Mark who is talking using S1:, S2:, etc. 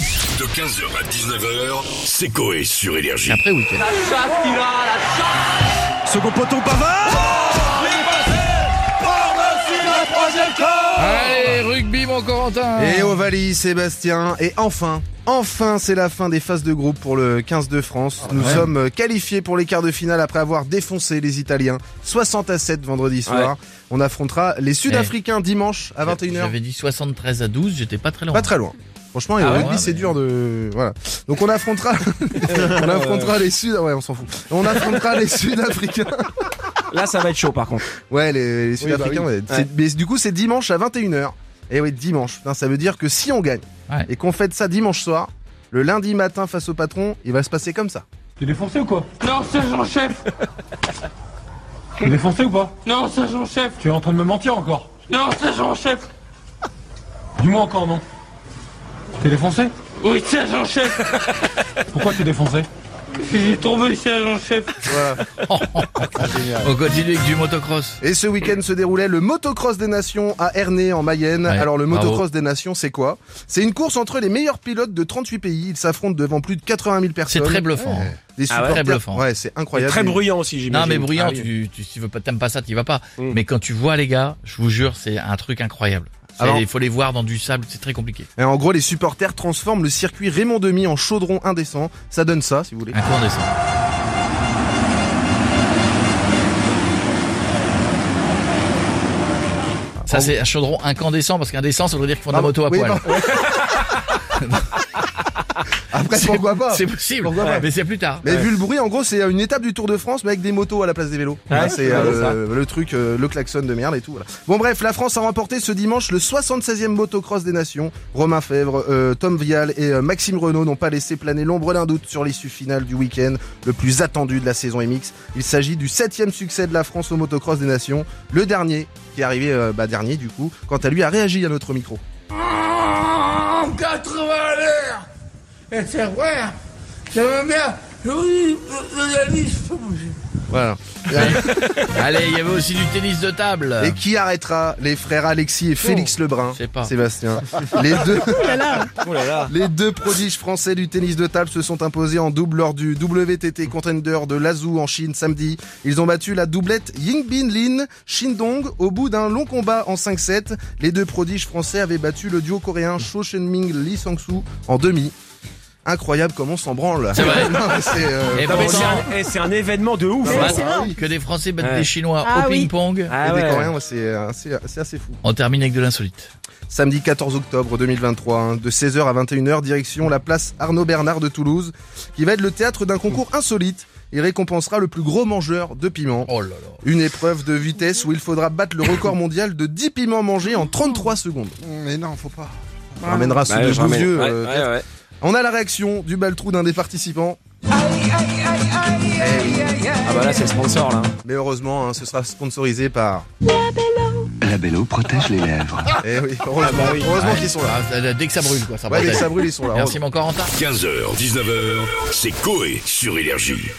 S1: De 15h à 19h, c'est Coé sur Énergie.
S2: Après week-end.
S3: Second poteau Pavard
S2: Allez, rugby, mon Corentin
S4: Et Ovalie, Sébastien, et enfin, enfin c'est la fin des phases de groupe pour le 15 de France. Nous sommes euh, qualifiés pour les quarts de finale après avoir défoncé les Italiens 60 à 7 vendredi soir. On affrontera les Sud-Africains dimanche à 21h.
S2: J'avais dit 73 à 12, j'étais pas très loin.
S4: Pas très loin. Franchement, et
S2: Ah
S4: au
S2: ouais,
S4: rugby,
S2: ouais,
S4: c'est
S2: mais-
S4: dur de voilà. Donc on affrontera, on affrontera les Sud, ouais, on s'en fout. On affrontera les Sud-Africains.
S3: Là, ça va être chaud par contre.
S4: Ouais, les, les Sud-Africains. ouais. C'est- Mais du coup, c'est dimanche à 21h. Et oui, dimanche. Putain, ça veut dire que si on gagne
S2: Ouais.
S4: et qu'on fête ça dimanche soir, le lundi matin face au patron, il va se passer comme ça.
S5: T'es défoncé ou quoi
S6: Non, sergent-chef
S5: T'es défoncé ou pas
S6: Non, sergent-chef
S5: Tu es en train de me mentir encore
S6: Non, sergent-chef
S5: Dis-moi encore non. T'es défoncé
S6: Oui, sergent-chef
S5: Pourquoi t'es défoncé
S6: J'ai tombé, sergent-chef
S2: On continue avec du motocross.
S4: Et ce week-end se déroulait le motocross des nations à Ernée en Mayenne.
S2: Ouais,
S4: Alors le
S2: bravo.
S4: motocross des nations, c'est quoi C'est une course entre les meilleurs pilotes de 38 pays. Ils s'affrontent devant plus de 80 000
S2: C'est
S4: personnes.
S2: très bluffant.
S4: Ouais.
S2: hein.
S4: Des
S2: Ah ouais,
S4: supporters-
S2: très bluffant.
S4: Ouais, c'est
S7: Et
S4: incroyable.
S7: très
S4: Et-
S7: bruyant aussi, j'imagine.
S2: Non mais bruyant,
S7: Ah oui.
S2: tu, tu, si tu veux pas, t'aimes pas ça, t'y vas pas.
S4: Mm.
S2: Mais quand tu vois les gars, je vous jure, c'est un truc incroyable. C'est-
S4: Alors-
S2: Il faut les voir dans du sable, c'est très compliqué.
S4: Et en gros, les supporters transforment le circuit Raymond Demi en chaudron indécent. Ça donne ça, si vous voulez.
S2: Un coup on descend. Ça c'est un chaudron incandescent parce qu'indécent ça veut dire qu'ils font de la
S4: Ah,
S2: moto à
S4: oui,
S2: poil.
S4: pardon. Après, pourquoi pas
S2: C'est possible,
S4: Pourquoi pas
S2: mais c'est plus tard.
S4: Mais vu le bruit, en gros, c'est une étape du Tour de France, mais avec des motos à la place des vélos. Voilà, c'est euh, le truc, euh, le klaxon de merde et tout. voilà. Bon, bref, la France a remporté ce dimanche le 76e motocross des nations. Romain Fèvre, euh, Tom Vial et euh, Maxime Renault n'ont pas laissé planer l'ombre d'un doute sur l'issue finale du week-end, le plus attendu de la saison MX. Il s'agit du septième succès de la France au motocross des nations, le dernier qui est arrivé euh, bah, dernier du coup. Quant à lui, a réagi à notre micro.
S8: En 80 à l'heure Et c'est vrai, hein. j'aime bien. Oui, le le- le- le-
S4: Voilà.
S2: Allez, il y avait aussi du tennis de table.
S4: Et qui arrêtera les frères Alexis et Félix Lebrun
S2: Ah. je sais pas.
S4: Sébastien. Les deux,
S3: Oh là là.
S4: les deux prodiges français du tennis de table se sont imposés en double lors du WTT Contender de Lazou en Chine samedi. Ils ont battu la doublette Yingbin Lin Shindong au bout d'un long combat en 5-7. Les deux prodiges français avaient battu le duo coréen Cho Shenming Lee Sang-soo en demi. Incroyable comment on s'en branle.
S2: C'est vrai.
S4: Non, mais c'est, euh,
S2: Et
S4: bah,
S7: Non, mais
S5: ben,
S2: pourtant,
S7: c'est un, eh, c'est un événement de ouf.
S2: bah,
S4: Ah, c'est vrai.
S2: que des Français battent
S7: Ouais.
S2: des Chinois
S9: Ah
S2: au
S9: oui.
S2: ping-pong.
S4: les
S7: Ah
S4: deux
S7: ouais.
S4: Coréens, ouais, c'est euh, c'est- c'est assez fou.
S2: On termine avec de l'insolite.
S4: Samedi 14 octobre 2023, hein, de 16h à 21h, direction la place Arnaud Bernard de Toulouse, qui va être le théâtre d'un concours insolite. Il récompensera le plus gros mangeur de piments.
S2: Oh là là.
S4: Une épreuve de vitesse où il faudra battre le record mondial de 10 piments mangés en 33 secondes.
S8: Mais non, faut pas.
S4: On ramènera ceux
S7: Ouais,
S4: de
S7: je ramène.
S4: Gouzieux,
S7: Ouais,
S4: euh,
S7: ouais, ouais.
S4: On a la réaction du baltrou d'un des participants.
S7: Ah bah là, c'est le sponsor là.
S4: Mais heureusement, hein, ce sera sponsorisé par...
S10: La Bello protège les lèvres.
S4: Eh oui, heureusement,
S7: bah
S4: heureusement qu'ils sont là.
S2: Ah, ça- dès que ça brûle, quoi. Ça
S7: Ah
S4: Ouais, dès que
S2: bordel.
S4: ça brûle, ils sont là.
S2: Merci, mon Corentin.
S1: 15h, 19h, c'est Coé sur Énergie.